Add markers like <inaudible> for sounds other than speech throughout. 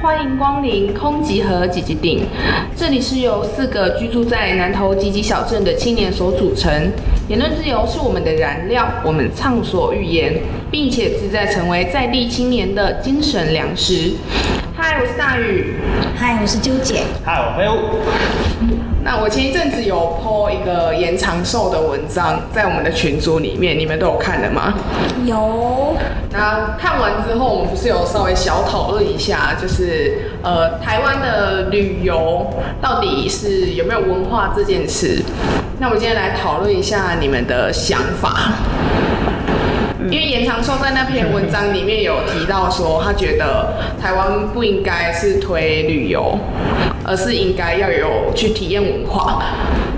欢迎光临空集合吉吉町，这里是由四个居住在南投吉吉小镇的青年所组成。言论自由是我们的燃料，我们畅所欲言，并且旨在成为在地青年的精神粮食。嗨，我是大宇。嗨，我是纠结。嗨，我飞舞。那我前一阵子有 po 一个延长寿的文章在我们的群组里面，你们都有看了吗？有，那看完之后，我们不是有稍微小讨论一下，就是呃，台湾的旅游到底是有没有文化这件事？那我们今天来讨论一下你们的想法。因为严长寿在那篇文章里面有提到说，他觉得台湾不应该是推旅游，而是应该要有去体验文化。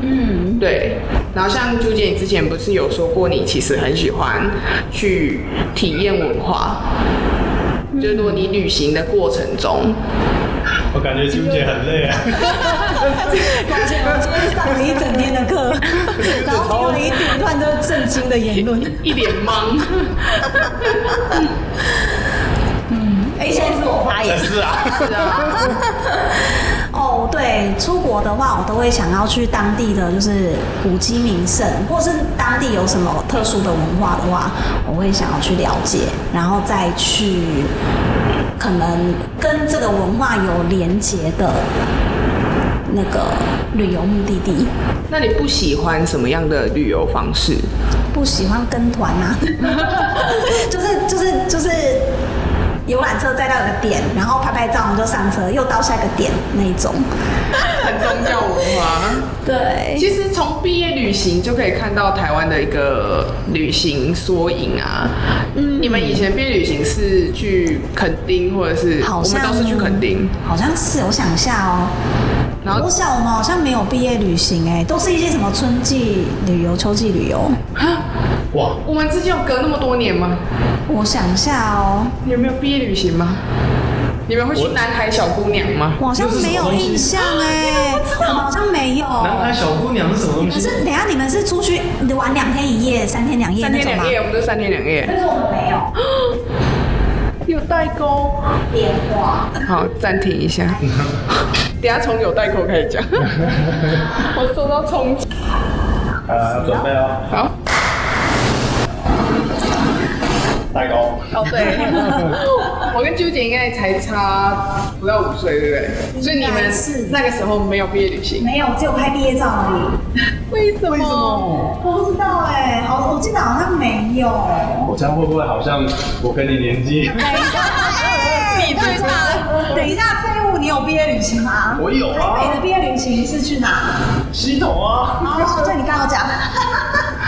嗯，对。然后像朱姐，你之前不是有说过，你其实很喜欢去体验文化，就是如果你旅行的过程中，我感觉纠结很累 <laughs> 啊，抱歉，我今天上了一整天的 <laughs> 课，然后听了一连串都是震惊的言论。一脸 <laughs> 懵。哎，现在是我发言。是啊，是啊，哦，对，出国的话，我都会想要去当地的就是古迹名胜，或是当地有什么特殊的文化的话，我会想要去了解，然后再去可能跟这个文化有连结的那个旅游目的地。那你不喜欢什么样的旅游方式？不喜欢跟团啊， <laughs> 就是就是就是游览车载到一个点，然后拍拍照我们就上车，又到下一个点那一种。很宗教文化。对，哎其实从毕业旅行就可以看到台湾的一个旅行缩影啊。嗯，你们以前毕业旅行是去垦丁，或者是好我像们都是去垦丁，，好像是我想一下哦。然后我想我们好像没有毕业旅行哎、都是一些什么春季旅游、秋季旅游。哇，我们之间有隔那么多年吗？我想一下哦，你有没有毕业旅行吗？你们会去我南海小姑娘吗？我好像没有印象哎、我们好像没有。南海小姑娘是什么东可西？是等一下你们是出去玩两天一夜、三天两夜三那天种吗两？夜，我们就三天两夜，但是我们没有。有代沟。电话。好，暂停一下，等一下从有代沟开 <laughs> 始讲。我受到冲击。啊呃，准备哦，好，代沟，哦 <laughs> 对，我跟纠结应该才差不到五岁，对不对？所以你应们该是那个时候没有毕业旅行，没有，只有拍毕业照而已。为什么？为什么？我不知道哎、好，我记得好像哦没有。我这样会不会好像我跟你年纪？ <laughs> 哎你最大等一下，废物，你有毕业旅行吗？我有啊台北的毕业旅行是去哪？西统啊，哦，对，你刚刚有 <laughs> 讲。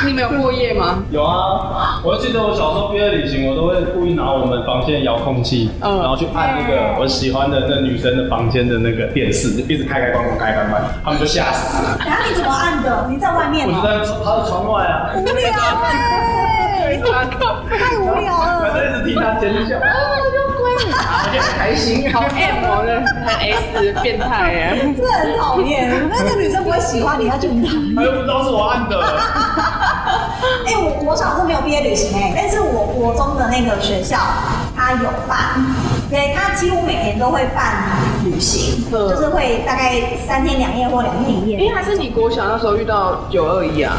你们有过夜 <laughs> 吗？有啊，我记得我小时候毕业旅行，我都会故意拿我们房间的遥控器，嗯然后去按那个我喜欢的那女生的房间的那个电视，一直开开关关开开关，他们就吓死了。然后你怎么按的？你在外面我就哦。在他的窗外啊，无聊哎、太无聊我 <laughs> 了。就一直听他尖叫， <laughs> 还行，好 M 哦，这很 S 变态啊耶。这很讨厌，那个女生不会喜欢你，她就很讨厌。他又不知道是我按的。 <laughs> 哎、我国小是没有毕业旅行哎、但是我国中的那个学校它有办，对，它几乎每年都会办旅行，嗯就是会大概三天两夜或两天一夜。哎，还是你国小那时候遇到九二一啊？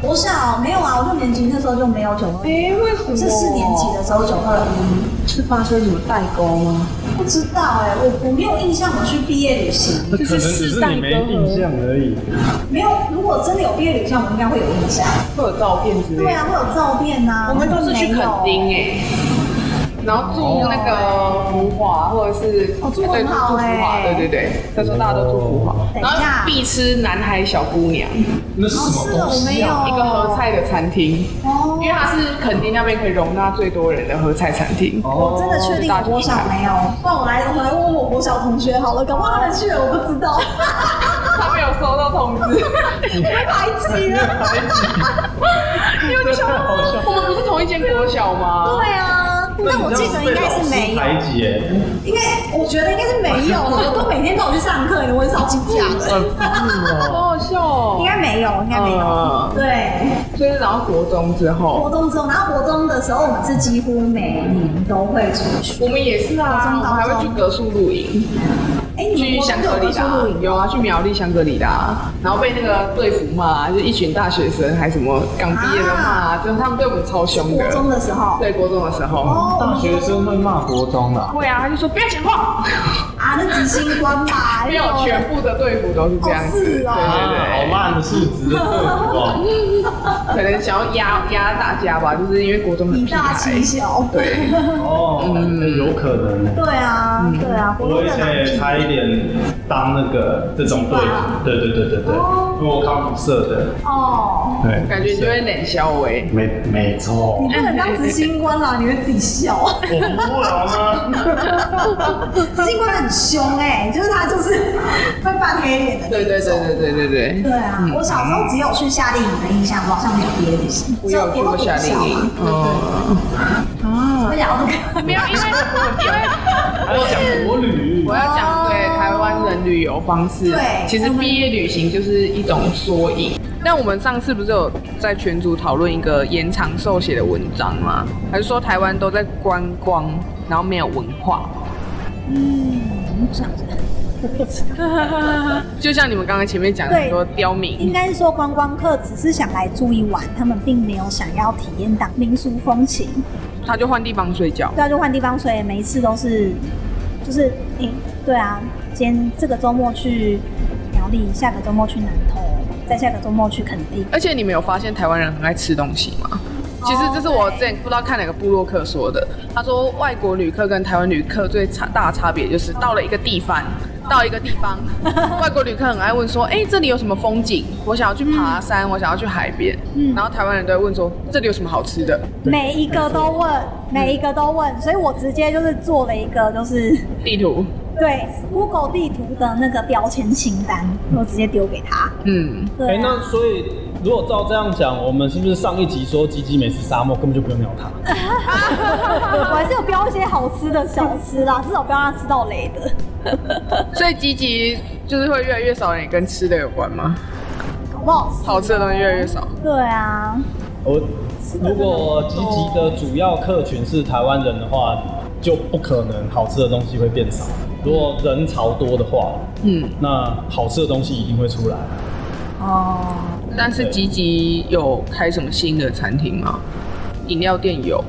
国小没有啊，我六年级那时候就没有九二一，哎，为什么？是四年级的时候九二一，是发生什么代沟吗？不知道哎、我我没有印象我去毕业旅行，那可能只是你没印象而已。没有。如果真的有毕业旅行，我应该会有印象。会有照片之类的。对啊，会有照片啊。我们都是去垦丁没有。哎、然后住那个福华或者是哎哦住对很住好福华，欸对对对，那时候大家都住福华哦，等一然下后必吃南海小姑娘那是什么东西啊？哦一个合菜的餐厅，哦因为它是垦丁那边可以容纳最多人的合菜餐厅。哦我哦真的确定我国小没有，不然我来我来问问我国小同学好了，搞不好他们去了我不知道，他没有收到通知， <laughs> 你被排挤 <laughs> 了。 <laughs> 因为我们不是同一间国小吗？对啊，但我记得应该是没有排挤耶，应该我觉得应该是没 <laughs> 有了，我都每天都有去上课，我很少请假很的，酷 <laughs> 哦。好好笑应哦。该没有，应该没有嗯，对。所以然后国中之后，国中之后，然后国中的时候，我们是几乎每年都会出去。我们也是啊，我国中们还会去格数露营，哎、你们去国香中就格有里出拉露营，有啊，去苗栗香格里拉，然后被那个队服骂，啊就一群大学生还什么刚毕业的骂，就是他们对我们超凶国中的。的时候，对，啊国中的时候，哦，我大们学生会骂国中的啊、会啊，他就说不要讲 <laughs> 话，啊，那执行官吧，没有，全部的队服都是这样子，哦对对是啊对，好烂的素质的队服哦，可能想要压压大家吧，就是因为国中很以屁大孩欺，小，对，哦，嗯有可能耶。 <laughs> 对啊，嗯对啊，国我中以的前也差一点当那个这种队哇服，对对对对对，哦因为我考辐射的，哦，对，感觉就会冷笑欸微。没没错，你不能当执行官啦，啊你会自己 <laughs> 笑。我不好吗？执行官很凶哎、就是他就是 <laughs> 会扮黑脸的。对对对对对对对。对嗯啊，我小时候只有去夏令营的印象，我好像没有别的旅行，我有去过夏令营，哦，我讲那个。没有，因为 <laughs> 我因为还要讲国旅我，要哦讲对台湾人旅游方式。对其实毕业旅行就是一种缩影。那我们上次不是有在群组讨论一个延长寿写的文章吗？还是说台湾都在观光，然后没有文化？ <laughs> 嗯，就像你们刚刚前面讲的对说刁应民，该是说观光客只是想来住一晚，他们并没有想要体验当民俗风情，他就换地方睡觉。对啊，就换地方，所以每一次都是就是你、对啊，今天这个周末去苗栗，下个周末去南投，再下个周末去垦丁。而且你们有发现台湾人很爱吃东西吗？其实这是我之前不知道看哪个部落客说的，他说外国旅客跟台湾旅客最差大的差别就是到了一个地方，到一个地方，外国旅客很爱问说，哎、这里有什么风景？我想要去爬山，我想要去海边，嗯然后台湾人都会问说，这里有什么好吃的？每一个都问，每一个都问，所以我直接就是做了一个就是地图，对 Google 地图的那个标签清单，我直接丢给他。嗯，对、啊，哎、那所以如果照这样讲，我们是不是上一集说吉吉美食沙漠根本就不用鸟它？ <laughs> 我还是有标一些好吃的小吃啦，至少不要让他吃到雷的。所以积极就是会越来越少人跟吃的有关吗？搞不好吃好吃的东西越来越少，对啊，我如果吉吉的主要客群是台湾人的话，就不可能好吃的东西会变少。如果人潮多的话，嗯，那好吃的东西一定会出来。哦，但是积极有开什么新的餐厅吗？饮料店有，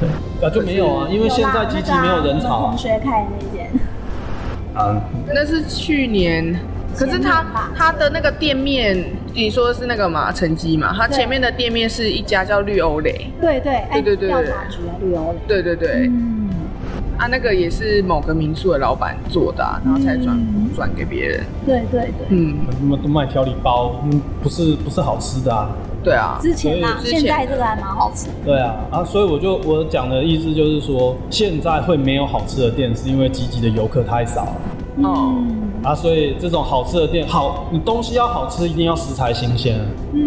对，啊就没有啊，因为现在吉吉没有人我潮们同学开的啊那间，啊。那是去年，可是前他年吧他的那个店面，你说的是那个嘛，成绩嘛，他对前面的店面是一家叫绿欧蕾，对对，哎，对对对调查局的旅游，对对对，嗯，啊，那个也是某个民宿的老板做的啊、然后才转嗯转给别人，对对对，嗯，那么都卖调理包，嗯，不是不是好吃的啊。对啊，之前啦，所以之前现在这个还蛮好吃的，对啊，啊，所以我就我讲的意思就是说，现在会没有好吃的店，是因为吉吉的游客太少了哦，嗯，啊，所以这种好吃的店，好，你东西要好吃，一定要食材新鲜。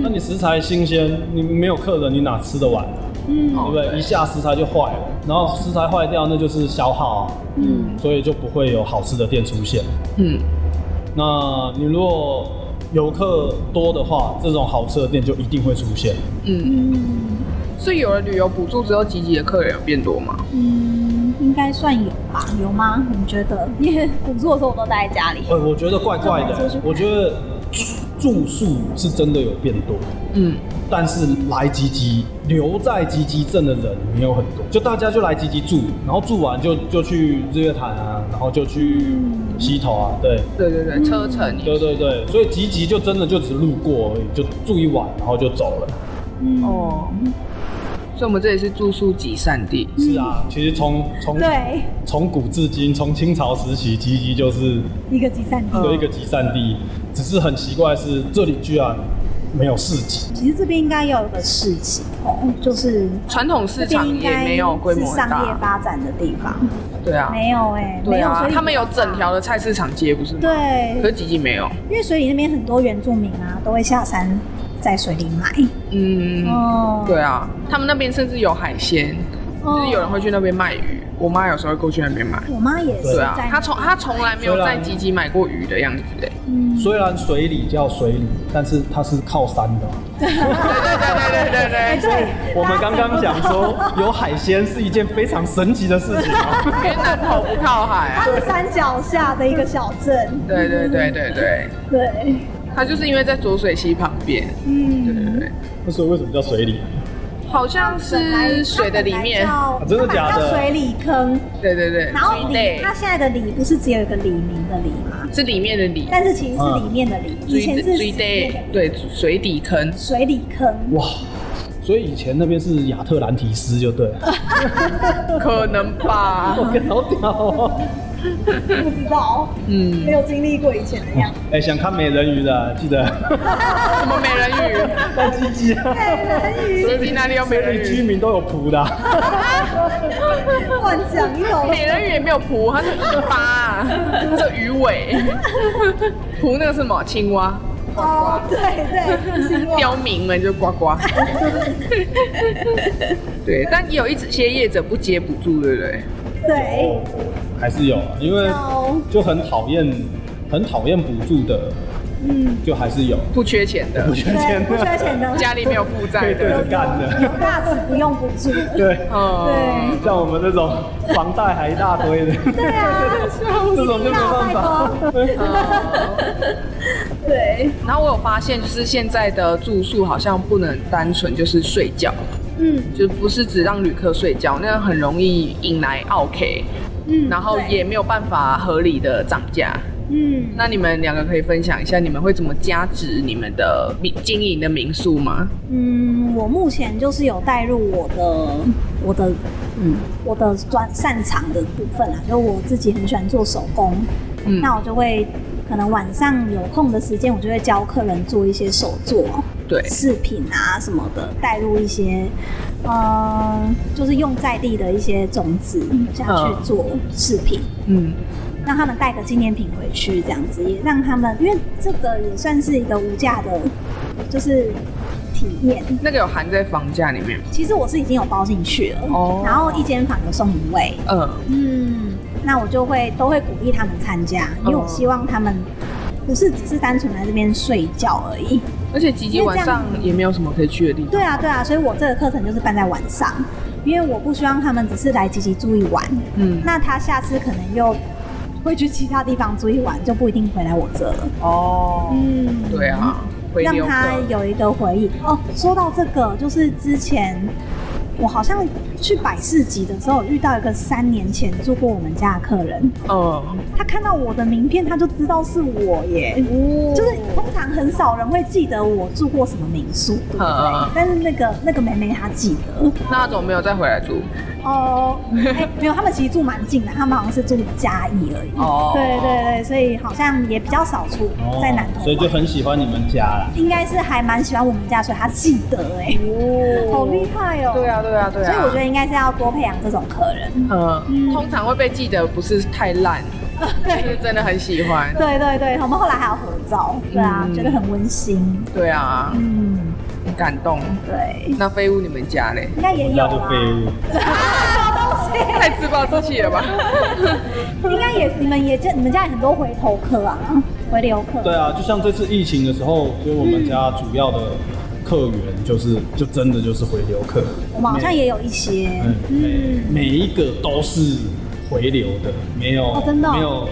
那你食材新鲜，你没有客人，你哪吃得完？嗯哦对不对？一下食材就坏了，然后食材坏掉，那就是消耗啊，嗯，所以就不会有好吃的店出现。嗯，那你如果游客多的话，这种好吃的店就一定会出现。嗯嗯所以有了旅游补助之后，积极的客人有变多吗？嗯，应该算有吧？有吗？你觉得？ <laughs> 因为工作的时候我都待在家里，呃，我觉得怪怪那我们出的去，我觉得住住宿是真的有变多，嗯，但是来吉吉留在吉吉镇的人没有很多，就大家就来吉吉住，然后住完就就去日月潭啊，然后就去溪头啊，对。对对嗯对，车程对对对，所以吉吉就真的就只路过而已，就住一晚，然后就走了。嗯，哦，所以我们这里是住宿集散地，是啊，其实从从对，从古至今，从清朝时期，吉吉就是一个集散地。嗯有一个集散地，只是很奇怪的是这里居然没有市集。其实这边应该要有个市集哦，就是传统市场这边应也该没有规模是很商业大，发展的地方，对啊，没有哎、对没有，啊所，以他们有整条的菜市场街不是吗？可对是，吉吉没有，因为水里那边很多原住民啊，都会下山在水里买嗯，哦，对啊，他们那边甚至有海鲜，哦就是有人会去那边卖鱼，我妈有时候会过去那边买。我妈也是对在啊，她从她从来没有虽在然吉吉买过鱼的样子 <laughs> 哎。嗯虽然水里叫水里，但是它是靠山的。哎对 <laughs> 对对对对对。对，我们刚刚 <laughs> 讲说有海鲜是一件非常神奇的事情啊，偏南头不靠海它啊！是山脚下的一个小镇，对对对对对，对，它就是因为在浊水溪旁边，对嗯，对对， <laughs> 那所以为什么叫水里？好像本来是水的里面，嗯它本来叫啊真的假的它本来叫水里坑，对对对，然后之里类它现在的里不是只有一个李明的李吗？是里面的里，但是其实是里面的嗯里，以前是水里面的底里对水底坑，水里坑，哇！所以以前那边是亚特兰提斯就对了， <laughs> 可能吧？好屌哦！不知道，嗯没，有经历过以前的样 <laughs> 子。哎，想看美人鱼的记 <laughs> 得什么美人带鸡鸡啊！哎鱼？水底哪里有美人所以居鱼？民都有谱的啊、 <laughs> 乱讲一种，美人鱼也 <laughs> 没有蹼，它是尾巴啊，这鱼尾。蹼那个是什么？青蛙。哦，对对，是我刁民们就呱呱。对，但也有一些业者不接补助，对不对？对，哦还是有啊，因为有就很讨厌，很讨厌补助的，嗯，就还是有不缺钱的，不缺对，钱不缺的，钱的，家里没有负可债 <laughs> 以对的着，干的，有大子不用补助，对。哦嗯，像我们这种房贷还一大堆的，对啊，这种就没办法。对，然后我有发现，就是现在的住宿好像不能单纯就是睡觉，嗯就不是只让旅客睡觉，那样很容易引来 OK，嗯，然后对也没有办法合理的涨价。嗯，那你们两个可以分享一下，你们会怎么加值你们的民经营的民宿吗？嗯，我目前就是有带入我的我的嗯我的专擅长的部分啊，就我自己很喜欢做手工，嗯那我就会可能晚上有空的时间，我就会教客人做一些手作对，饰品啊什么的，带入一些呃就是用在地的一些种子下嗯去做饰品。嗯，让他们带个纪念品回去，这样子也让他们，因为这个也算是一个无价的，就是体验。那个有含在房价里面吗。其实我是已经有包进去了，哦然后一间房有送一位，嗯嗯，那我就会都会鼓励他们参加，因为我希望他们不是只是单纯来这边睡觉而已。，而且吉吉晚上也没有什么可以去的地方。对啊，对啊，所以我这个课程就是办在晚上，因为我不希望他们只是来积极住一晚，嗯，那他下次可能又会去其他地方住一晚，就不一定回来我这了。哦，嗯，对啊，回让流他客有一个回忆。哦，说到这个，就是之前我好像去百事集的时候，遇到一个三年前住过我们家的客人，嗯，他看到我的名片，他就知道是我耶。哦就是通常很少人会记得我住过什么民宿，对不对？嗯但是那个那个妹妹她记得那种没有再回来住。哦、哎没有，他们其实住蛮近的，他们好像是住嘉义而已。哦对对对，所以好像也比较少出在南投玩、所以就很喜欢你们家啦。应该是还蛮喜欢我们家，所以他记得哎、哦好厉害哦、对啊，对啊，对啊。所以我觉得，应该是要多培养这种客人。嗯，通常会被记得不是太 <laughs> 烂，就是真的很喜欢。对对对，我们后来还有合照，对啊，嗯觉得很温馨。对啊，嗯，很感动。对，那飞屋你们家嘞？应该也我们有啊家就啦。废物，太自暴自弃了吧？应该也你们也见你们家有很多回头客啊，回流客。对啊，就像这次疫情的时候，所以我们家主要的客源就是就真的就是回流客，我们好像也有一些嗯，每嗯，每一个都是回流的，没有、哦真的哦没有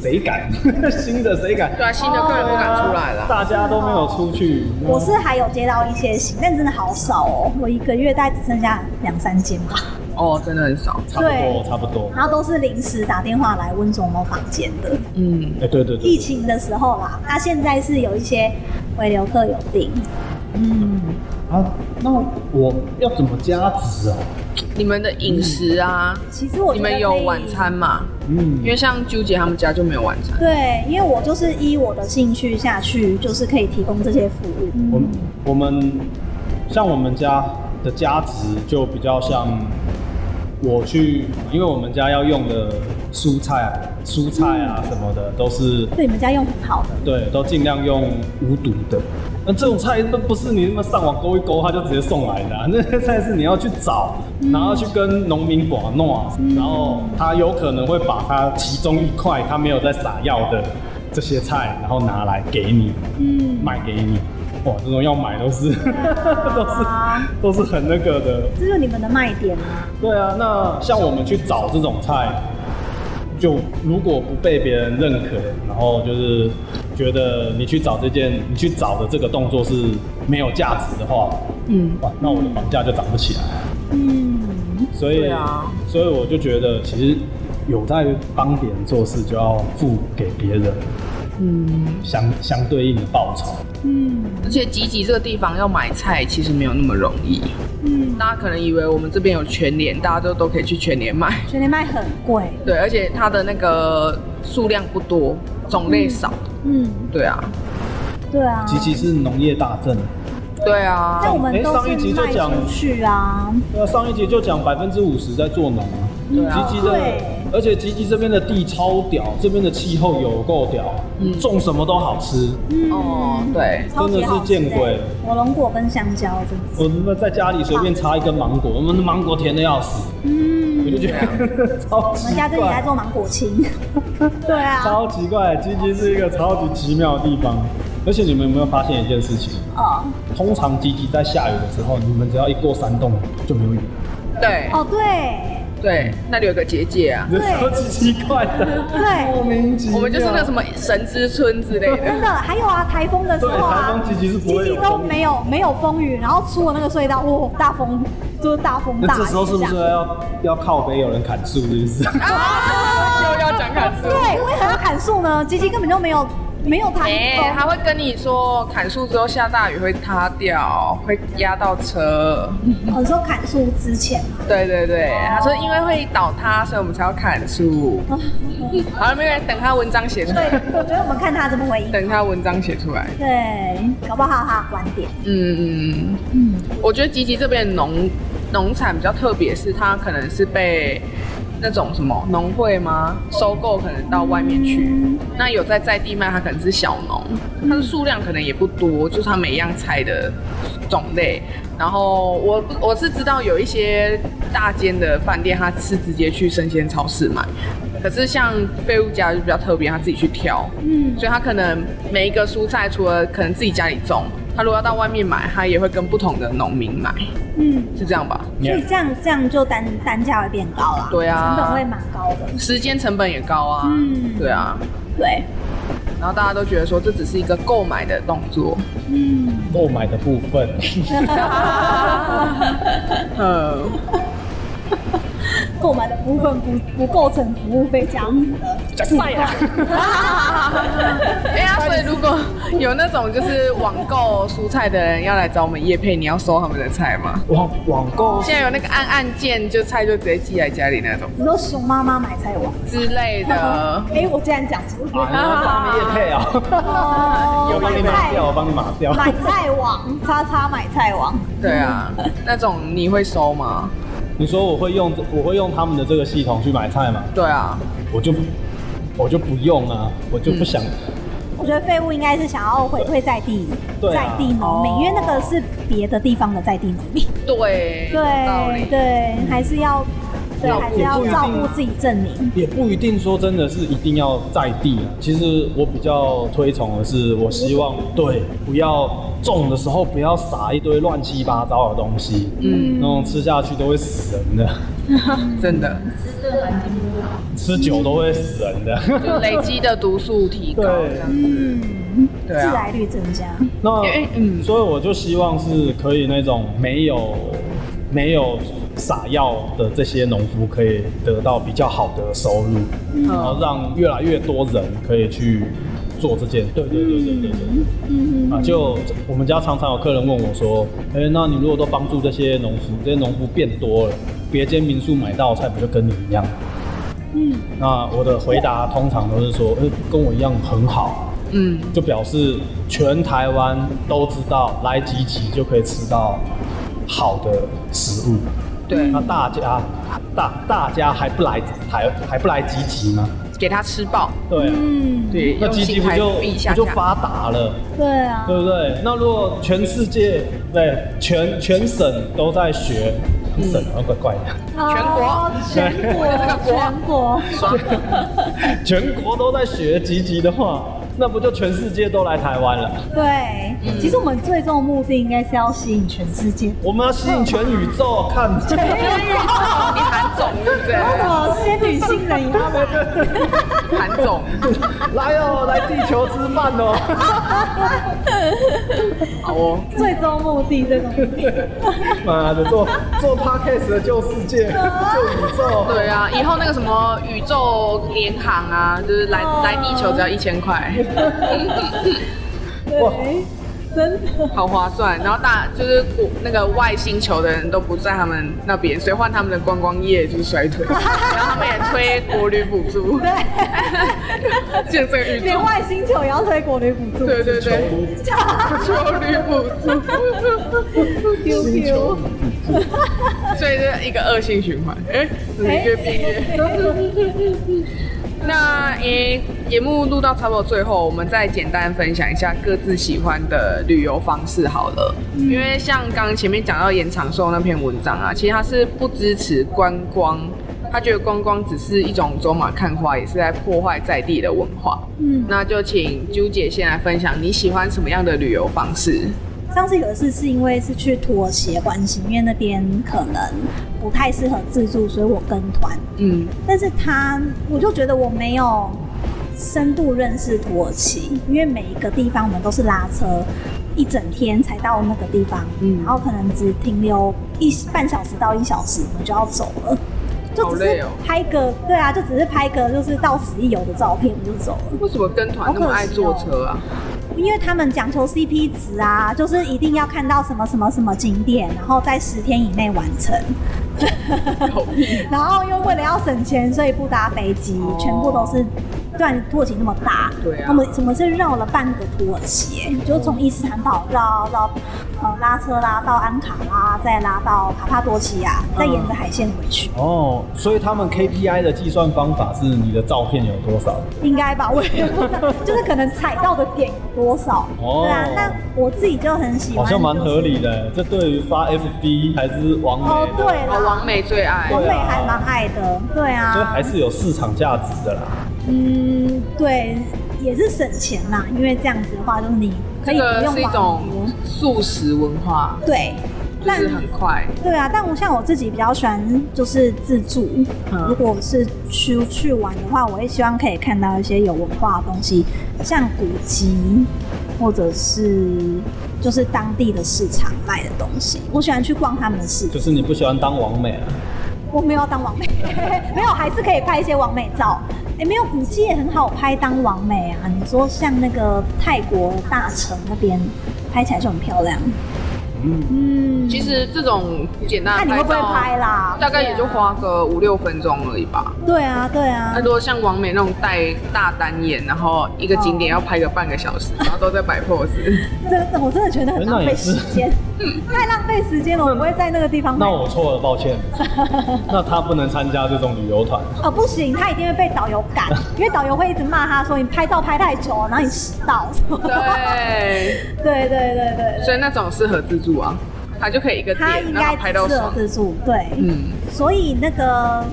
谁敢 <laughs> 新的谁敢对，啊，新的客人不敢出来了。大家都没有出去，我是还有接到一些信，但真的好少哦，我一个月大概只剩下两三间吧，哦，真的很少。差不多对差不多，然后都是临时打电话来问说有没有房间的。嗯，哎、对对对，疫情的时候啦，那现在是有一些回流客有订，嗯，啊，那我要怎么加值啊？你们的饮食啊，其实我你觉得们有可以晚餐嘛？嗯因，为像纠姐他们家就没有晚餐。对，因为我就是依我的兴趣下去，就是可以提供这些服务。我我们像我们家的价值就比较像我去，因为我们家要用的蔬菜啊、蔬菜啊什么的，都是对你们家用很好的，对，都尽量用无毒的。那这种菜都不是你那么上网勾一勾，它就直接送来的、啊。 <laughs> 那些菜是你要去找，然后去跟农民寡弄啊，然后他有可能会把它其中一块他没有在撒药的这些菜，然后拿来给你，嗯，买给你。哇，这种要买都是 <laughs> 都是都是很那个的。这就是你们的卖点啊。对啊，那像我们去找这种菜，就如果不被别人认可，然后就是觉得你去找这件你去找的这个动作是没有价值的话，嗯，哇，那我的房价就涨不起来。嗯，所以，对啊所以我就觉得其实有在帮别人做事，就要付给别人，嗯，相相对应的报酬。嗯而且集集这个地方要买菜其实没有那么容易。嗯，大家可能以为我们这边有全联，大家都都可以去全联买。全年卖很贵，对，而且它的那个数量不多，种类少。嗯，对啊，对啊。其实是农业大镇，对啊。那我们哎都上是一集就卖讲出去啊，那上一集就讲百分之五十在做农啊，对啊吉吉的对，而且吉吉这边的地超屌，这边的气候有够屌，嗯种什么都好吃。嗯，哦，对，超级真的是好吃见鬼的火龙果跟香蕉真的是，我们在家里随便插一根芒果，我们的芒果甜的要死，我嗯，啊就觉得 <laughs> 超我奇们家这里在怪，做芒果青， <laughs> 对啊，超奇怪。吉吉是一个超级奇妙的地方，而且你们有没有发现一件事情？哦，通常吉吉在下雨的时候，你们只要一过山洞就没有雨，对哦对，对，那里有个结界啊，这 <laughs> 超级奇怪的，对莫名其妙。我们就是那什么神之村之类真的。的，还有 <laughs> 啊，台风的时候对台啊，风集集是不会有集集都没有没有风雨，然后出了那个隧道，哇，大风就是大风大那雨这时候是不是样要要靠北有人砍树，是不是？ <laughs> 啊， <laughs> 又要讲砍树。对，为何要砍树呢？吉吉根本就没有没有台哎、他风，会跟你说砍树之后下大雨会塌掉，会压到车。我哦说砍树之前啊，对对对，他说因为会倒塌，所以我们才要砍树。好了，没有等他文章写出来，哦对，我觉得我们看他怎么回应，等他文章写出来。对，搞不好他的观点，嗯，嗯，我觉得吉吉这边的农农产比较特别，是它可能是被那种什么农会吗收购，可能到外面去。那有在在地卖，它可能是小农，它的数量可能也不多，就是它每样菜的种类。然后我我是知道有一些大间的饭店，它是直接去生鲜超市买。可是像废物家就比较特别，他自己去挑，嗯所以他可能每一个蔬菜，除了可能自己家里种，他如果要到外面买，他也会跟不同的农民买，嗯。是这样吧？所以这样这样就单单价会变高啦，对啊成本会蛮高的，时间成本也高啊，嗯对啊，对， <laughs> 然后大家都觉得说这只是一个购买的动作，嗯，购买的部分， <laughs> 呃，购买的部分不不构成服务费这样子的，晒啊！哎呀，所以如果有那种就是网购蔬菜的人要来找我们叶配，你要收他们的菜吗？ <laughs> 网网购现在有那个按按键，就菜就直接寄来家里那种 <laughs> 你说熊妈妈买菜网，之类的。 <laughs> 哎、我竟然讲出来，啊，你要帮他们业配啊， <laughs> 哦我帮你码掉，我帮你码掉。 <laughs> 买菜网，叉叉买菜网，对啊，那种你会收吗？你说我会用我会用他们的这个系统去买菜吗？对啊，我就我就不用啊，我就不想。我觉得废物应该是想要回馈在地、对啊在地农民，哦因为那个是别的地方的在地农民，对，有道对理，对，还是要对，也还是要也不一定照顾自己证明，也不一定说真的是一定要在地啊，其实我比较推崇的是，我希望对不要种的时候不要撒一堆乱七八糟的东西，嗯，那种吃下去都会死人的，真的，吃久都会死人的。 <laughs> 就累积的毒素提高对这样子。嗯，对致啊，癌率增加，那因为嗯所以我就希望是可以那种没有没有撒药的这些农夫可以得到比较好的收入，然后让越来越多人可以去做这件。对对对对对对。嗯啊，就我们家常常有客人问我说：“哎、那你如果都帮助这些农夫，这些农夫变多了，别间民宿买到的菜不就跟你一样？”嗯，那我的回答通常都是说：“呃、跟我一样很好。”嗯，就表示全台湾都知道来集集就可以吃到好的食物，对那大家大大家还不来还还不来积极吗？给他吃饱，对啊，嗯，对，那用积极心不态就避一下不就下。发达了？对啊，对不对？那如果全世界对全全省都在学，嗯全省啊怪怪的，全国哦全国，为了这个国全国， <laughs> 爽， <laughs> 全国都在学积极的话，那不就全世界都来台湾了？对，嗯其实我们最终的目的应该是要吸引全世 <laughs> 界。我们要吸引全宇宙看， <laughs> 你韩总是不然后是？什么哦仙女性人以后韩 <laughs> 总，来哦，来地球吃饭哦。好哦，最终目的这 <laughs> 种，妈的，做做 podcast 的救世界，救宇宙。对啊，以后那个什么宇宙联航啊，就是来哦来地球只要一千块， <laughs> 对，真的，好划算。然后大就是国那个外星球的人都不在他们那边，所以换他们的观光业就是衰 <laughs> 退，然后他们也推国旅补助， <laughs> 对，建设宇连宙，外星球也要推国旅补助，对对对，求旅补助，丢丢， <laughs> 所以这一个恶性循环，哎、怎么越变越。哎那诶，节目录到差不多最后，我们再简单分享一下各自喜欢的旅游方式好了。因为像刚刚前面讲到延长寿那篇文章啊，其实他是不支持观光，他觉得观光只是一种走马看花，也是在破坏在地的文化。嗯。那就请啾姐先来分享你喜欢什么样的旅游方式？上次有一次是因为是去土耳其的关系，因为那边可能不太适合自助，所以我跟团。嗯，但是他，我就觉得我没有深度认识土耳其，因为每一个地方我们都是拉车一整天才到那个地方，嗯然后可能只停留一半小时到一小时，我们就要走了。就好只累是哦拍个，对啊，就只是拍个就是到此一游的照片，我就走了。为什么跟哦团那么爱坐车啊？因为他们讲求 CP 值啊，就是一定要看到什么什么什么景点，然后在十天以内完成。有屁！ <laughs> 然后又为了要省钱，所以不搭飞机，哦全部都是。对啊，土耳其那么大，对啊我们我们是绕了半个土耳其、欸，就从伊斯坦堡绕绕，呃，拉车拉到安卡拉，再拉到卡帕多奇亚，嗯再沿着海线回去，哦，所以他们 KPI 的计算方法是你的照片有多少？应该吧？我也不知 <laughs> 道，就是可能踩到的点有多少，哦对啊。那我自己就很喜好欢、像蛮合理的，这对于发 FB 还是王哦媒，，对哦，啦，王美最爱。王对美啊还蛮爱的，对啊，所以还是有市场价值的啦。嗯，对，也是省钱啦，因为这样子的话，就是你可这以个不是用嗯一网种游。素食文化，对，就但是很快。对啊，但我像我自己比较喜欢就是自助，嗯如果是去去玩的话，我会希望可以看到一些有文化的东西，像古籍或者是就是当地的市场卖的东西，我喜欢去逛他们的市就场。是你不喜欢当王美啊？我没有要当网美， <laughs> 没有，还是可以拍一些网美照。哎、没有古迹也很好拍当网美啊。你说像那个泰国大城那边，拍起来就很漂亮。嗯其实这种简单看的你会啊拍不会照，拍啊啦？大概也就花个五六分钟而已吧。对啊，对啊那，如果像王美那种带大单眼，然后一个景点要拍个半个小 <laughs> 时，然后都在摆 pose，这个我真的觉得很浪费时间，嗯太浪费时间了。我不会在那个地方拍那。我错了，抱歉。 <laughs> 那他不能参加这种旅游团。哦，不行，他一定会被导游 <laughs> 赶，因为导游会一直骂他说你拍照拍太久，然后你迟到。 <laughs> 对，对对对对所以那种适合自助啊，他就可以一个对，他点，应然该后拍到只适合爽。自助，对，嗯，所以那个，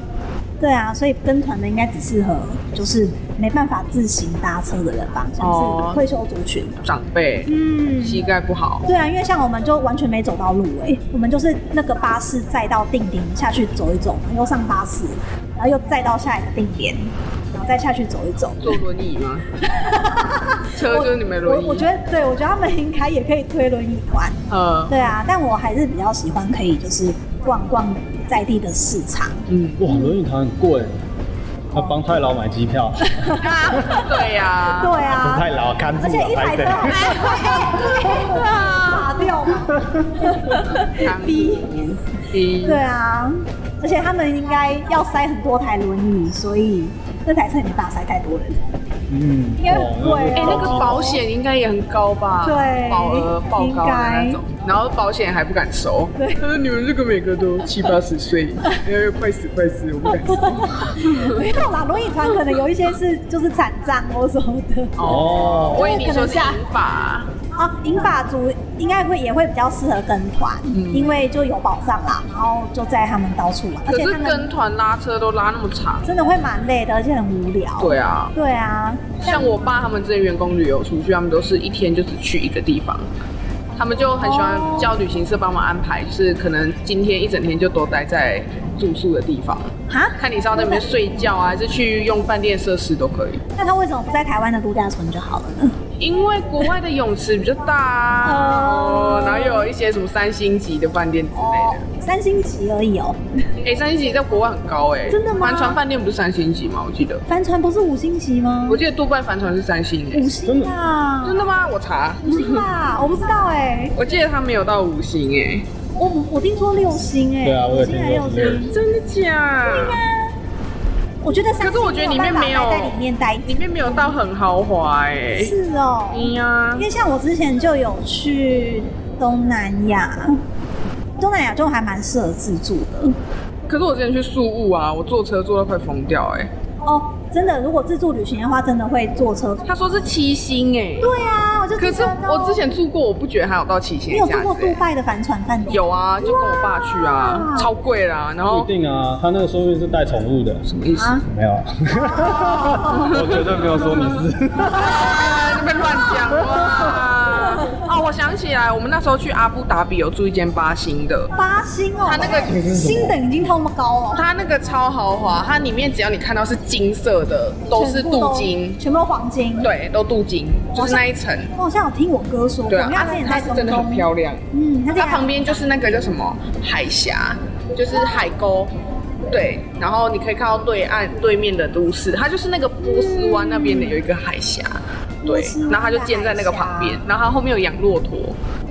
对啊，所以跟团的应该只适合就是没办法自行搭车的人吧，像哦是退休族群。长辈嗯，膝盖不好，对啊，因为像我们就完全没走到路哎、我们就是那个巴士再到定点下去走一走，然后又上巴士，然后又再到下一个定点，然后再下去走一走。坐轮椅 <laughs> 吗？车就是你们我轮椅。我觉得，对我觉得他们应该也可以推轮椅团。 <laughs> 呃，对啊，但我还是比较喜欢可以就是逛逛在地的市场。嗯，哇，轮椅团很贵，他帮太老买机票，对呀，对啊，太老看而且一台车还对啊，垮掉嘛看逼一对啊，而且他们应该要塞很多台轮椅，所以那台车也没办法塞太多人。嗯，哎应该很贵哦哎、那个保险应该也很高吧？对保额爆高的那种。应然后保险还不敢收。对，他说你们这个每个都七八十岁， <laughs> 哎，快死快死，我不敢收。没有啦，轮椅团可能有一些是就是残障或什么的哦，我以为你可说能是下银发，啊。银发族应该会也会比较适合跟团，因为就有保障啦，然后就在他们到处玩，嗯而可且是他跟们团拉车都拉那么长。真的会蛮累的，而且很无聊。对啊，对啊，像我爸他们之前员工旅游出去，他们都是一天就只去一个地方，他们就很喜欢哦叫旅行社帮忙安排，就是可能今天一整天就都待在住宿的地方，哈，看你是要在里面睡觉啊，还是去用饭店设施都可以。那他为什么不在台湾的度假村就好了呢？因为国外的泳池比较大啊，哦哦，然后又有一些什么三星级的饭店之类的。三星级而已哦，哎、三星级在国外很高哎、真的吗帆船饭店不是三星级吗？我记得，帆船不是五星级吗我？记得杜拜帆船是三星哎、五星啊真，的吗？我查，五星吧，我不知道哎，我记得它没有到五星哎、我我听说六星哎，对啊我也听说五星还是六星。真的假？我觉得三可星是我觉得里面没有办法待在里面待，里面没有到很豪华哎、欸。是哦，哎呀因，为像我之前就有去东南亚，东南亚就还蛮适合自助的可是我之前去宿务啊，我坐车坐到快疯掉哎、哦。真的，如果自助旅行的话，真的会坐车。他说是七星哎、对啊，我就可记是得哦我之前住过，我不觉得还有到七星的你有价住过值、杜欸。拜的帆船饭店？有啊，就跟我爸去啊，超贵啦。然不后一定啊，他那个说不定是带宠物的，什么意思？啊、没有啊，我绝对没有说你是。你别啊乱讲哇！哦，我想起来，我们那时候去阿布达比有住一间八星的，八星哦，它那个星等已经那么高了，它那个超豪华，它里面只要你看到是金色的，都是全部镀金，全部都黄金。，对，都镀金，就是那一层。我好像有听我哥说过，对因啊，为他啊它之前在是东真的很漂东，亮。嗯，他之它前旁边就是那个叫什么海峡，就是海沟，对。然后你可以看到对岸对面的都市，它就是那个波斯湾那边的有一个海峡，对波斯。湾的然后它就建在那个旁边海，然后它后面有养骆驼，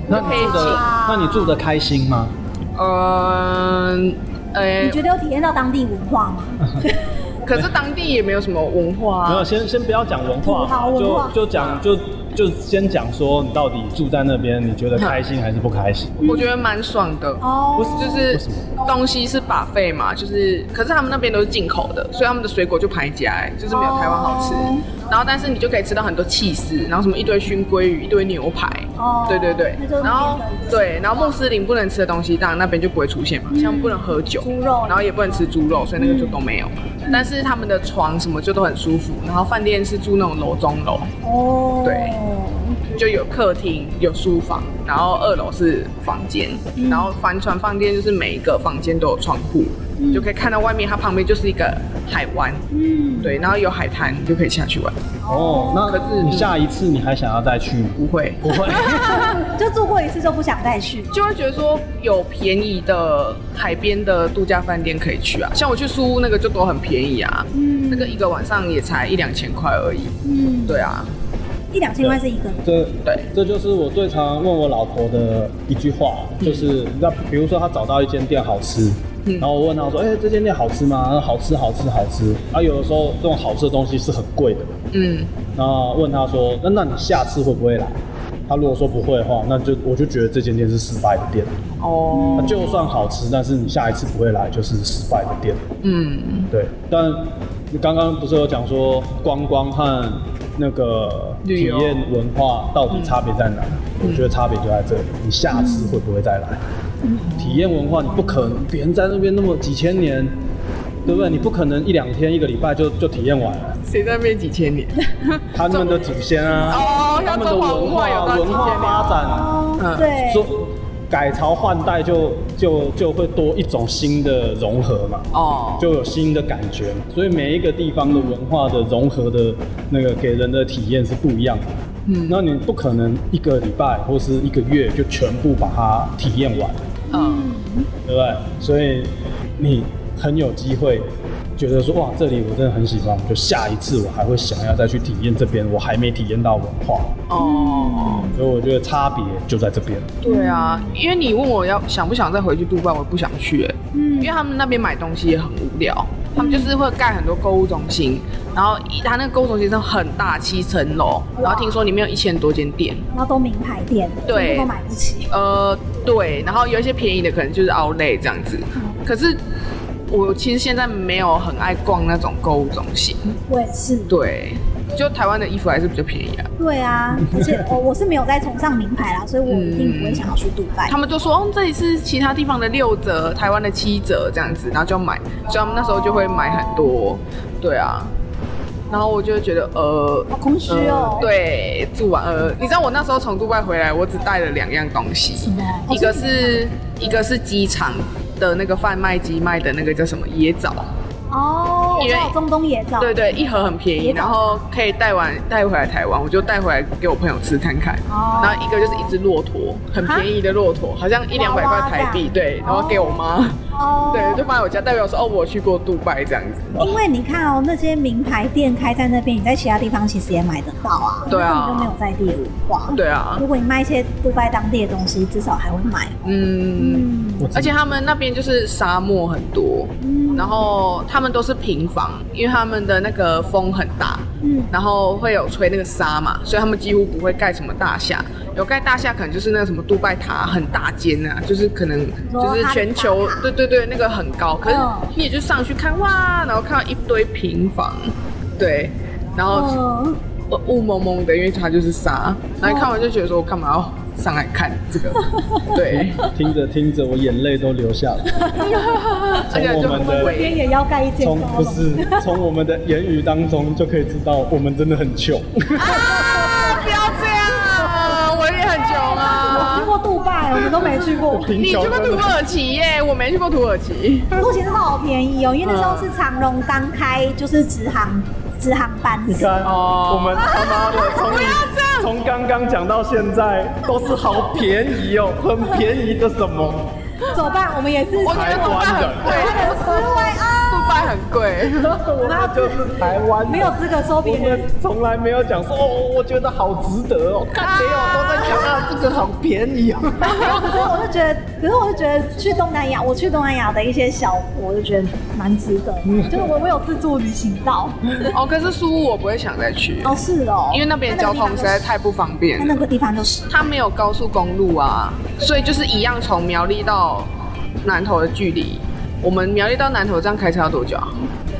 呃那你住的，那你住的开心吗？嗯。呃你，觉得有体验到当地文化吗？可是当地也没有什么文化没有，啊，先先不要讲文土豪化，文就化就讲就就先讲说你到底住在那边，你觉得开心还是不开心？我觉得蛮爽的。哦，就是为什么东西是把费嘛，就是可是他们那边都是进口的，所以他们的水果就排家、哎，就是没有台湾好吃。哦然后但是你就可以吃到很多气丝，然后什么一堆熏鲑鱼、一堆牛排，哦 <laughs> 对对对那就是那边。的然后对，然后穆斯林不能吃的东西，当然那边就不会出现嘛，像不能喝酒，嗯猪肉嗯然后也不能吃猪肉，所以那个就都没有。但是他们的床什么就都很舒服，然后饭店是住那种楼中楼，哦，对就有客厅、有书房，然后二楼是房间，然后帆船饭店就是每一个房间都有窗户，就可以看到外面，它旁边就是一个海湾，嗯，对，然后有海滩，你就可以下去玩。哦，可是那你下一次你还想要再去吗？不会，不会， <laughs> 就住过一次就不想再去。就会觉得说有便宜的海边的度假饭店可以去啊，像我去苏屋那个就都很便宜啊，嗯那个一个晚上也才一两千块而已。嗯，对啊，一两千块是一个人。这对这就是我最常问我老婆的一句话，就是那比如说她找到一间店好吃，嗯然后我问她说，哎、这间店好吃吗？她说好吃，好吃，好吃。啊，有的时候这种好吃的东西是很贵的，嗯，那问她说，那那你下次会不会来？她如果说不会的话，那就我就觉得这间店是失败的店。哦那，就算好吃，但是你下一次不会来，就是失败的店。嗯，对，但你刚刚不是有讲说观光和那个体旅游嗯验文化到底差别在哪？我觉得差别就在这里，你下次会不会再来？嗯体验文化你不可能，别人在那边那么几千年，对不对？你不可能一两天、一个礼拜就就体验完了，谁在那边几千年？他们的祖先啊，哦，他要们的中华文文化有化到几文化千年？发展。哦嗯，对，说改朝换代就就就会多一种新的融合嘛， <laughs> 哦，就有新的感觉嘛，所以每一个地方的文化的融合的那个给人的体验是不一样的。嗯，那你不可能一个礼拜或是一个月就全部把它体验完，嗯。对不对？所以你很有机会觉得说哇，这里我真的很喜欢，我就下一次我还会想要再去体验这边我还没体验到文化，哦，所以我觉得差别就在这边。对啊，因为你问我要想不想再回去杜拜，我不想去、欸，嗯因为他们那边买东西也很无聊，他们就是会盖很多购物中心，然后一他那个购物中心是很大，七层楼，然后听说里面有一千多间店，然后都名牌店，对全部都买不起。呃，对，然后有一些便宜的可能就是 Outlet 这样子，可是我其实现在没有很爱逛那种购物中心，我也是，对，就台湾的衣服还是比较便宜啊。对啊，而且我我是没有在崇尚名牌啦，所以我一定嗯不会想要去杜拜。他们就说，哦，这里是其他地方的六折，台湾的七折这样子，然后就买，所以他们那时候就会买很多，对啊。然后我就会觉得，呃，好空虚哦呃对，住完，呃，你知道我那时候从杜拜回来，我只带了两样东西，么一个是一个是机场的那个贩卖机卖的那个叫什么椰枣，哦，我知道中东野照，对对，一盒很便宜，椰枣然后可以带完带回来台湾，我就带回来给我朋友吃看看。哦然后一个就是一只骆驼，很便宜的骆驼，好像一两百块台币，对，然后给我妈，哦对，就放在我家，代表说哦，我去过杜拜这样子。因为你看哦，那些名牌店开在那边，你在其他地方其实也买得到啊。对啊根本就没有在地的文化。对啊如，果你卖一些杜拜当地的东西，至少还会买。嗯，嗯，而且他们那边就是沙漠很多，然后他们都是平房，因为他们的那个风很大，嗯然后会有吹那个沙嘛，所以他们几乎不会盖什么大厦。有盖大厦，可能就是那个什么杜拜塔很大间啊，就是可能就是全球说它的大塔对对对那个很高，可是嗯你也就上去看哇，然后看到一堆平房，对，然后哦，呃雾蒙蒙的，因为它就是沙，然后看完就觉得说我干嘛要上来看这 <laughs> 个？对，听着听着，我眼泪都流下 <laughs> 来。而且就我很们的这边贵，呃也要盖一间高从不楼。是从我们的言语当中就可以知道，我们真的很穷。啊不要这样，我也很穷 <laughs> 我去啊。过杜拜，我们都没去 <laughs> 过。你去过土耳其耶？我没去过土耳其。不过其实它好便宜哦，因为那时候是长荣刚开，就是直航直航班你次。看，哦我们他妈的 <laughs> 从你从刚刚讲到现在，都是好便宜哦，很便宜的什么？怎么办？我们也是我觉得杜拜很贵，思维啊，杜拜很贵。 <laughs> 我们就是台湾人没有资格说我别人们。从来没有讲说哦，我觉得好值得哦，看没有都在讲啊，这个好便宜哦。可是我就觉得，可是我就觉得去东南亚，我去东南亚的一些小国，我就觉得蛮值得的。嗯就是我我有自助旅行到，哦，可是苏屋我不会想再去，哦是哦，因为那边交通实在太不嗯方便那那了。个地方就是它没有高速公路啊，所以就是一样从苗栗到南投的距离。我们苗栗到南投这样开车要多久啊？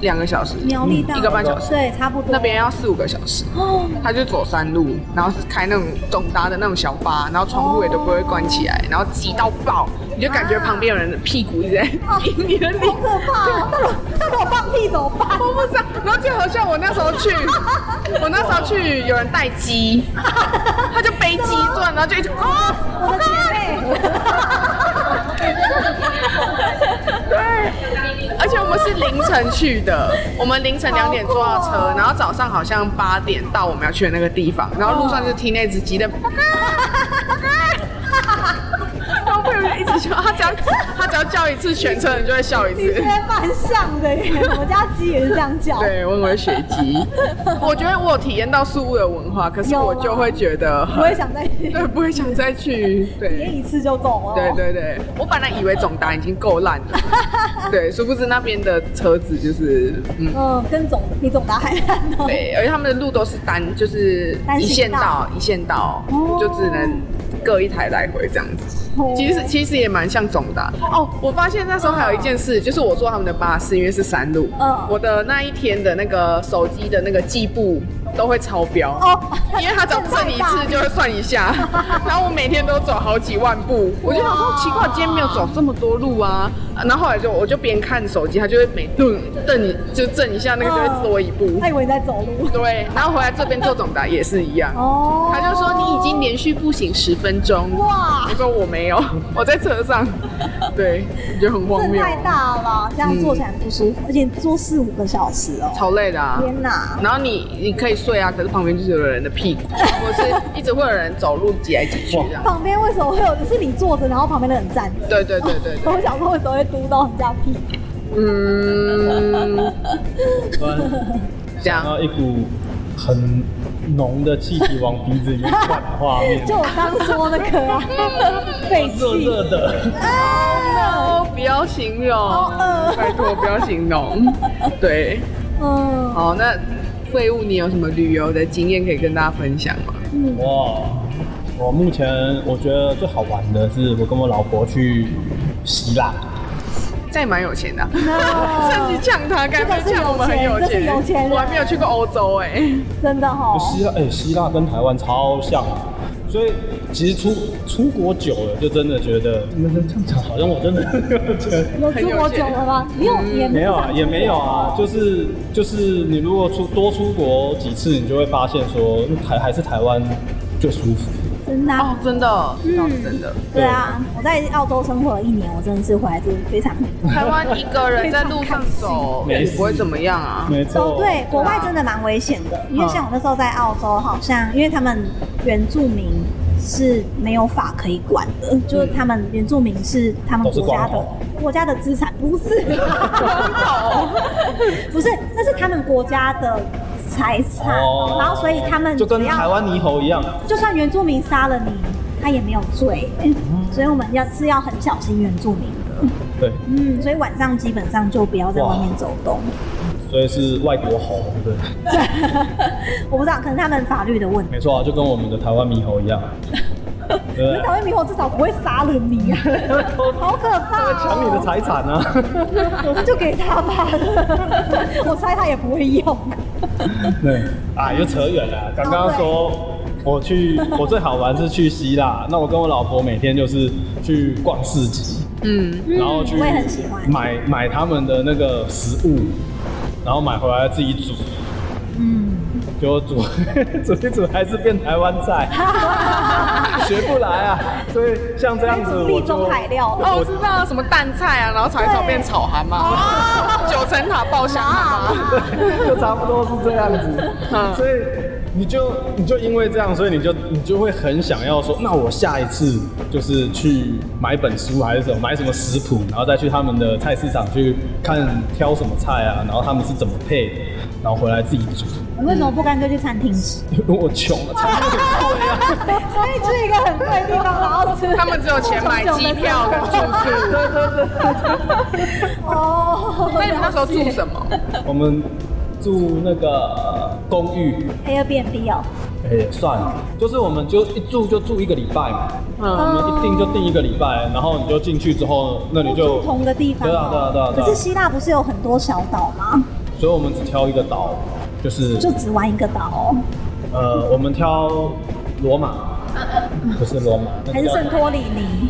两个小时，苗栗到嗯一个半小时对，差不多那边要四五个小时。哦，他就走山路，然后是开那种总搭的那种小巴，然后窗户也都不会关起来，然后挤到爆，你就感觉旁边有人的屁股一直在哦迎你的脸，好可怕哦！那我那我放屁怎么办？我不知道。然后最好笑，我那时候 <laughs> 去，我那时候去有人带鸡，他就背鸡转，然后就一直啊，我的 <laughs> 姐妹，而且我们是凌晨去的，我们凌晨两点坐到哦车，然后早上好像八点到我们要去的那个地方，然后路上就听那只鸡在。然后我朋友就一直笑，他只要他只要叫一次，全车人就会笑一你次 <laughs> 觉。得蛮像的耶，我们家鸡也是这样叫。对，我很会学鸡。我觉得我有体验到宿务的文化，可是有啊我就会觉得不很会想再体对，不会想再去。对验，一次就懂了。对对对，我本来以为总达已经够烂了，对，殊不知那边的车子就是嗯。嗯，跟总比总达还烂 <laughs> 哦。对，而且他们的路都是单，就是单一行线道道、一线道哦，就只能各一台来回这样子。哦其实其实也蛮像总的啊哦。我发现那时候还有一件事，就是我坐他们的巴士，因为是山路，嗯我的那一天的那个手机的那个计步都会超标哦因为它只 <laughs> 要震一次就会算一下，然后我每天都走好几万步，我就想说哇奇怪，今天没有走这么多路啊。然后后来就我就边看手机，它就会每顿瞪你就震一下，那个就嗯会多一步。他以为你在走路。对，然后回来这边做总答也是一样，哦，他就说你已经连续步行十分钟。哇我，说我没有， <laughs> 我在车上，对，我觉得很荒这谬，太大了吧，这样坐起来很不舒嗯服，而且坐四五个小时哦。超累的啊。天哪！然后你你可以睡啊，可是旁边就是有人的屁股，或是一直会有人走路挤来挤去这样。旁边为什么会有？是你坐着，然后旁边的人站着。对对对对对我想说，为什么会嘟到人家屁股？嗯，突然这样然后一股很浓的气体往鼻子里面灌的画 <laughs> ，面就我刚说那个 <laughs> 啊，废啊热气。热的。哦，不要形容，拜托不要形容。对，嗯好，那废物你有什么旅游的经验可以跟大家分享吗？嗯，哇，我目前我觉得最好玩的是我跟我老婆去希腊，这也蛮有钱的啊、<laughs> 那趁机呛他，该不会这个是呛我们很有有钱这是钱？有钱人嗯我还没有去过欧洲哎、真的哦哈、希腊哎、希腊跟台湾超像啊。所以其实出出国久了，就真的觉得你们这样讲，好像我真的 <laughs> 觉得有出国久了吗？你有也没有啊，也没有啊，就是就是你如果出多出国几次，你就会发现说台还是台湾最舒服。真的啊、哦，真的，嗯，真的。对啊，我在澳洲生活了一年，我真的是回来真的非常台湾一个人在路上走没也事不会怎么样啊。没哦错，，对，国外真的蛮危险的，因为像我那时候在澳洲，好像因为他们原住民是没有法可以管的，就是他们原住民是他们都是国家光的头国家的资产，不是， <laughs> 不是，那是他们国家的财产，哦然后所以他们就跟只要台湾猕猴一样，就算原住民杀了你，他也没有罪，嗯所以我们要是要很小心原住民的，对，嗯，所以晚上基本上就不要在外面走动。所以是外国猴，对， <laughs> 我不知道，可能他们法律的问题。没错啊，就跟我们的台湾猕 <laughs> 猴一样，对不你对讨，厌猕猴，至少不会杀了你 <laughs> 啊！好可怕、哦！抢你的财产啊，那就给他吧。 <laughs> 我猜他也不 <laughs> 会用。对， <laughs> 啊，又扯远了。刚刚说 <laughs> 我去，我最好玩是去希腊，那我跟我老婆每天就是去逛市集，嗯，然后去我也很喜欢。买买他们的那个食物，然后买回来自己煮，嗯，结果煮 <laughs> 煮一煮还是变台湾 <laughs> 菜，学不来啊。所以像这样子还煮我地就中海料哦，我知道什么蛋菜啊，然后炒一炒对变炒蛤蟆， <laughs> 九层塔爆香蛤蟆。就差不多是这样子嗯，所以你就你就因为这样，所以你就你就会很想要说，那我下一次就是去买本书还是什么，买什么食谱，然后再去他们的菜市场去看挑什么菜啊，然后他们是怎么配的，然后回来自己煮。 <laughs> <laughs> 你为什么不干脆去餐 <laughs> 厅吃？因为我穷了，才不会所以去一个很贵的地方，然后吃。他们只有钱买机票跟住宿。对对对。 <laughs> 哦。 <laughs> 那你们那时候住什么？我们住那个公寓， Airbnb 哦，哎、算了，就是我们就一住就住一个礼拜嘛，我嗯，哦们一定就定一个礼拜，然后你就进去之后，那你都就住同个地方哦。对啊对啊对啊对啊可是希腊不是有很多小岛吗？所以我们只挑一个岛，就是就只玩一个岛哦，呃，我们挑罗马，不是罗马，那嗯还是叫圣托里尼？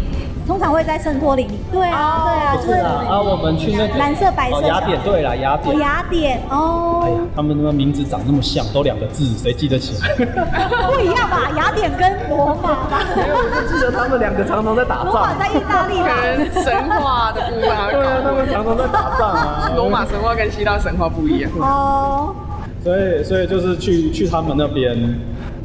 通常会在圣托里尼。对啊，对啊，不是啊，啊，我们去那个蓝色白色哦的雅典，对啦，雅哦，典。雅典哎呀哦，，他们那名字长那么像，都两个字，谁记得 <laughs> 起来？不一样吧？雅典跟罗马吧，记得他们两个常常在打罗马在意大利可吧？能神话的部分还会对搞啊，他混们常常在打仗 <laughs> 啊。罗马神话跟希腊神话不一样。哦，所以所以就是去去他们那边，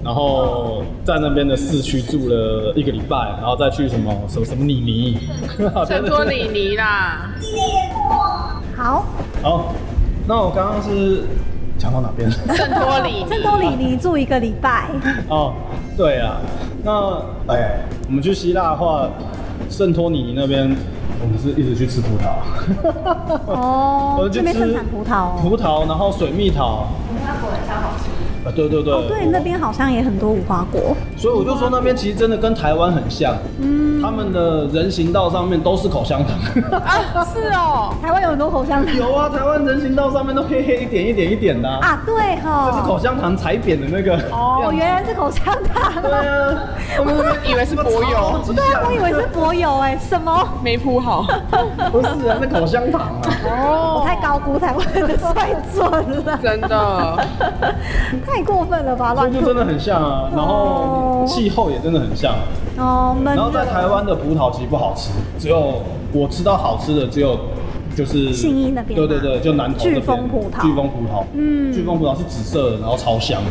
然后在那边的市区住了一个礼拜，然后再去什么什么什么里 <laughs> 尼，圣托里尼啦，好，好，那我刚刚是讲到哪 <laughs> 边？圣托 <laughs> 里圣尼。托里尼住一个礼拜，哦，对啊，那哎、我们去希腊的话，圣托里尼那边，我们是一直去吃葡萄，<laughs> 我哦，们去那边吃盛产葡萄哦，葡萄，然后水蜜桃，无花果也超好吃。啊，对对对，哦对，那边好像也很多无花果，所以我就说那边其实真的跟台湾很像，嗯他们的人行道上面都是 <laughs> 口香糖。啊，是哦，台湾有很多口香糖有啊，台湾人行道上面都黑黑一点一点一点的、啊，啊，对就是口哈，香糖踩扁的那个。哦，原来是口香糖对啊，啊，他们那边以为是柏油，超级对啊，我以像，为是柏油哎，什么？没铺 <laughs> 好。不是啊，那口香糖啊。我太高估台湾的水准了，真的，太过分了吧，所乱以就吐真的很像啊，然后气候也真的很像，啊哦，闷然后在热台湾的葡萄其实不好吃，只有我吃到好吃的只有就是信义那边对吗对对，就南投这边飓风葡萄飓风葡萄，嗯嗯，飓风葡萄是紫色的，然后超香，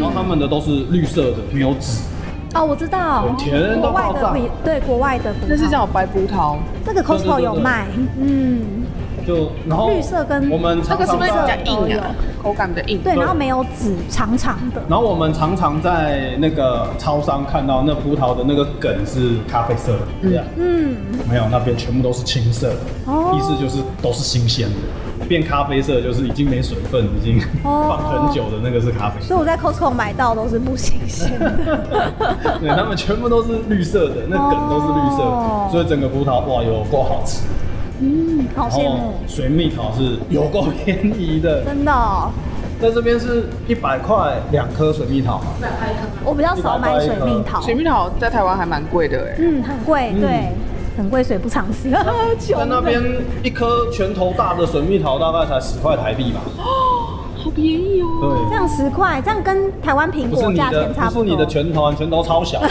然后他们的都是绿色的，没有籽，哦，我知道，甜国到外爆的炸比对国外的不那是叫白葡萄，这个 Costco 有卖，嗯，就然后绿色跟我们那常个是常不是比在较硬啊？口感比较硬。对，然后没有籽，长长的。然后我们常常在那个超商看到那葡萄的那个梗是咖啡色的，对啊，嗯，没有那边全部都是青色的，哦意思就是都是新鲜的，变咖啡色就是已经没水分，已经哦放很久的那个是咖啡色所以我在 Costco 买到都是不新鲜 <laughs> 的。对，他们全部都是绿色的，那梗都是绿色哦的，所以整个葡萄哇有够好吃，嗯，好然羡后慕，水蜜桃是有够便宜 <laughs> 的，真的哦、在这边是一百块两颗水蜜桃嘛，我比较少买水蜜桃。水蜜桃在台湾还蛮贵的哎、嗯，很贵，嗯对，很贵，水不常吃。在 <laughs> 穷那的边一颗拳头大的水蜜桃大概才十块台币吧，好便宜哦。这对，样十块，这样跟台湾苹不是果你价的钱差不多。是你的拳头，你拳头超小的，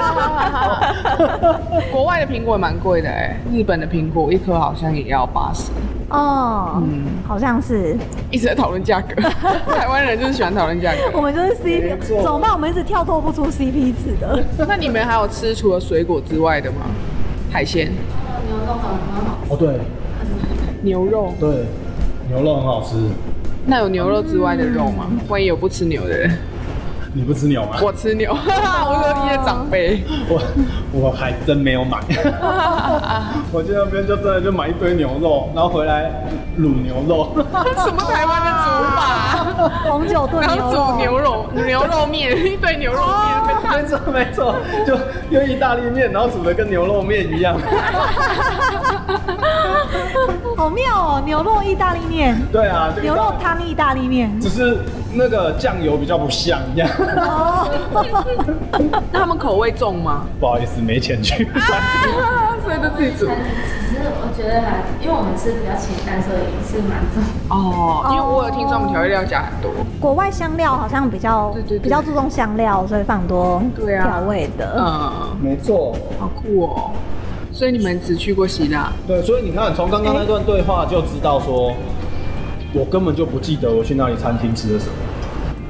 <laughs> <laughs> 国外的苹果也蛮贵的哎、日本的苹果一颗好像也要八十。哦，嗯好像是。一直在讨论价格， <laughs> 台湾人就是喜欢讨论价我格。们就是 CP，没错怎么办？我们一直跳脱不出 CP 值 <laughs> 的。那你们还有吃除了水果之外的吗？海鲜、哦对牛肉？对，牛肉很好吃，那有牛肉之外的肉吗？万一有不吃牛的人，你不吃牛吗？我吃牛， <laughs> 我是你的长辈。我我还真没 <laughs> 有买，我去那边就真的就买一堆牛肉，然后回来卤牛肉， <laughs> <laughs> 什么台湾的煮 <laughs> 法？红酒炖然牛后煮牛肉，肉哦牛肉面， <laughs> 一堆牛肉面。没错没错，就用意大利面，然后煮的跟牛肉面 <laughs> 一样，好妙哦！牛肉意大利面，对啊，就牛肉汤意大利面。只是那个酱油比较不像一样， <laughs> 哦， <laughs> 那他们口味重吗？不好意思没钱 <laughs> 去。啊所以就自己煮。只是我觉得还，因为我们吃比较清淡，所以是蛮重。哦，因为我有听说我们调味料加很多。 <laughs> 国外香料好像比较对对对比较注重香料，所以放很多对啊调味的。嗯， <laughs> 没错，好酷哦。所以你们只去过希腊？对，所以你看，从刚刚那段对话就知道说，我根本就不记得我去那里餐厅吃的什么，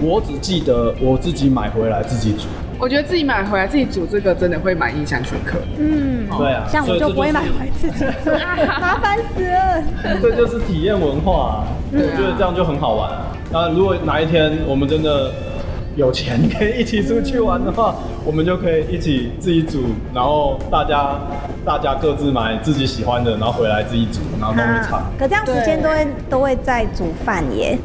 我只记得我自己买回来自己煮。我觉得自己买回来自己煮这个真的会蛮印象深刻。嗯，对啊像我就不会买回自己 <laughs> 做，麻烦死了。这就是体验文 <laughs> 化、啊，我对啊觉得这样就很好玩、啊。那如果哪一天我们真的有钱可以一起出去玩的话，我们就可以一起自己煮，然后大家大家各自买自己喜欢的，然后回来自己煮，然后弄一场。啊可这样时对间都会都会在煮饭耶，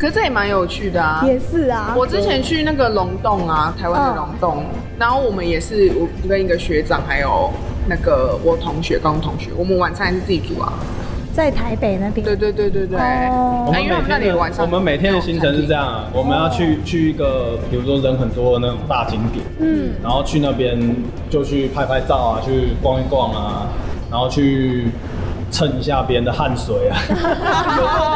可是这也蛮有趣的啊。也是啊。我之前去那个龙洞啊，台湾的龙洞，然后我们也是我跟一个学长还有那个我同学高中同学，我们晚餐还是自己煮啊。在台北那边，对对对对对。哦我哎们因为他每们那天里的晚上我们每天的行程是这样啊，我们要去去一个比如说人很多的那种大景点，嗯，然后去那边就去拍拍照啊，去逛一逛啊，然后去蹭一下别人的汗 <laughs> 水啊，！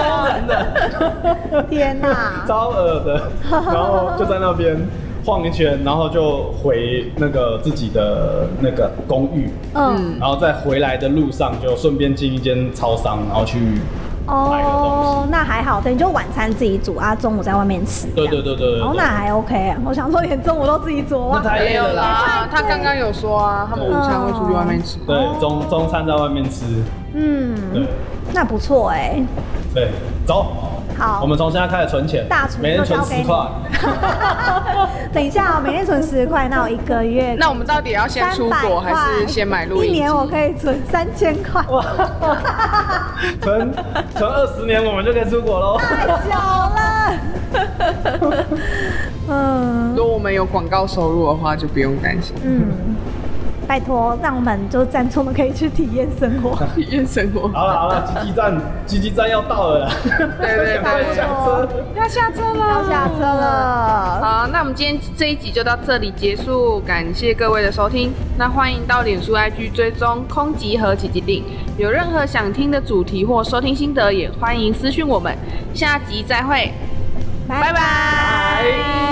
天哪 <laughs> 招耳的，然后就在那边晃一圈，然后就回那个自己的那个公寓，嗯，然后在回来的路上就顺便进一间超商，然后去买个东西。哦，那还好，等于就晚餐自己煮啊，中午在外面吃。对对对对对哦，对那还 OK 啊。我想说，连中午都自己煮那啊。太没累有了啦。啦，他刚刚有说啊，他们午餐会出去外面吃。对，中中餐在外面吃，对哦嗯，那不错哎。对，走。好我们从现在开始存钱，大厨每人就存交给十你块。等一下啊，每天存十块，那我一个月那我们到底要先出300国还是块先买录一音机年？我可以存三千块，存存二十年，我们就可以出国 <laughs> 喽。太小了。嗯如果我们有广告收入的话，就不用担心嗯，拜托，让我们就赞助，我们可以去体验生活。体验生活。好了好了，积极站，积极站要到了啦。对 <laughs> 对赶快对，下车。要下车了，要下车。了。好，那我们今天这一集就到这里结束，感谢各位的收听。那欢迎到脸书 IG 追踪空集和奇吉定，有任何想听的主题或收听心得，也欢迎私讯我们。下集再会，拜拜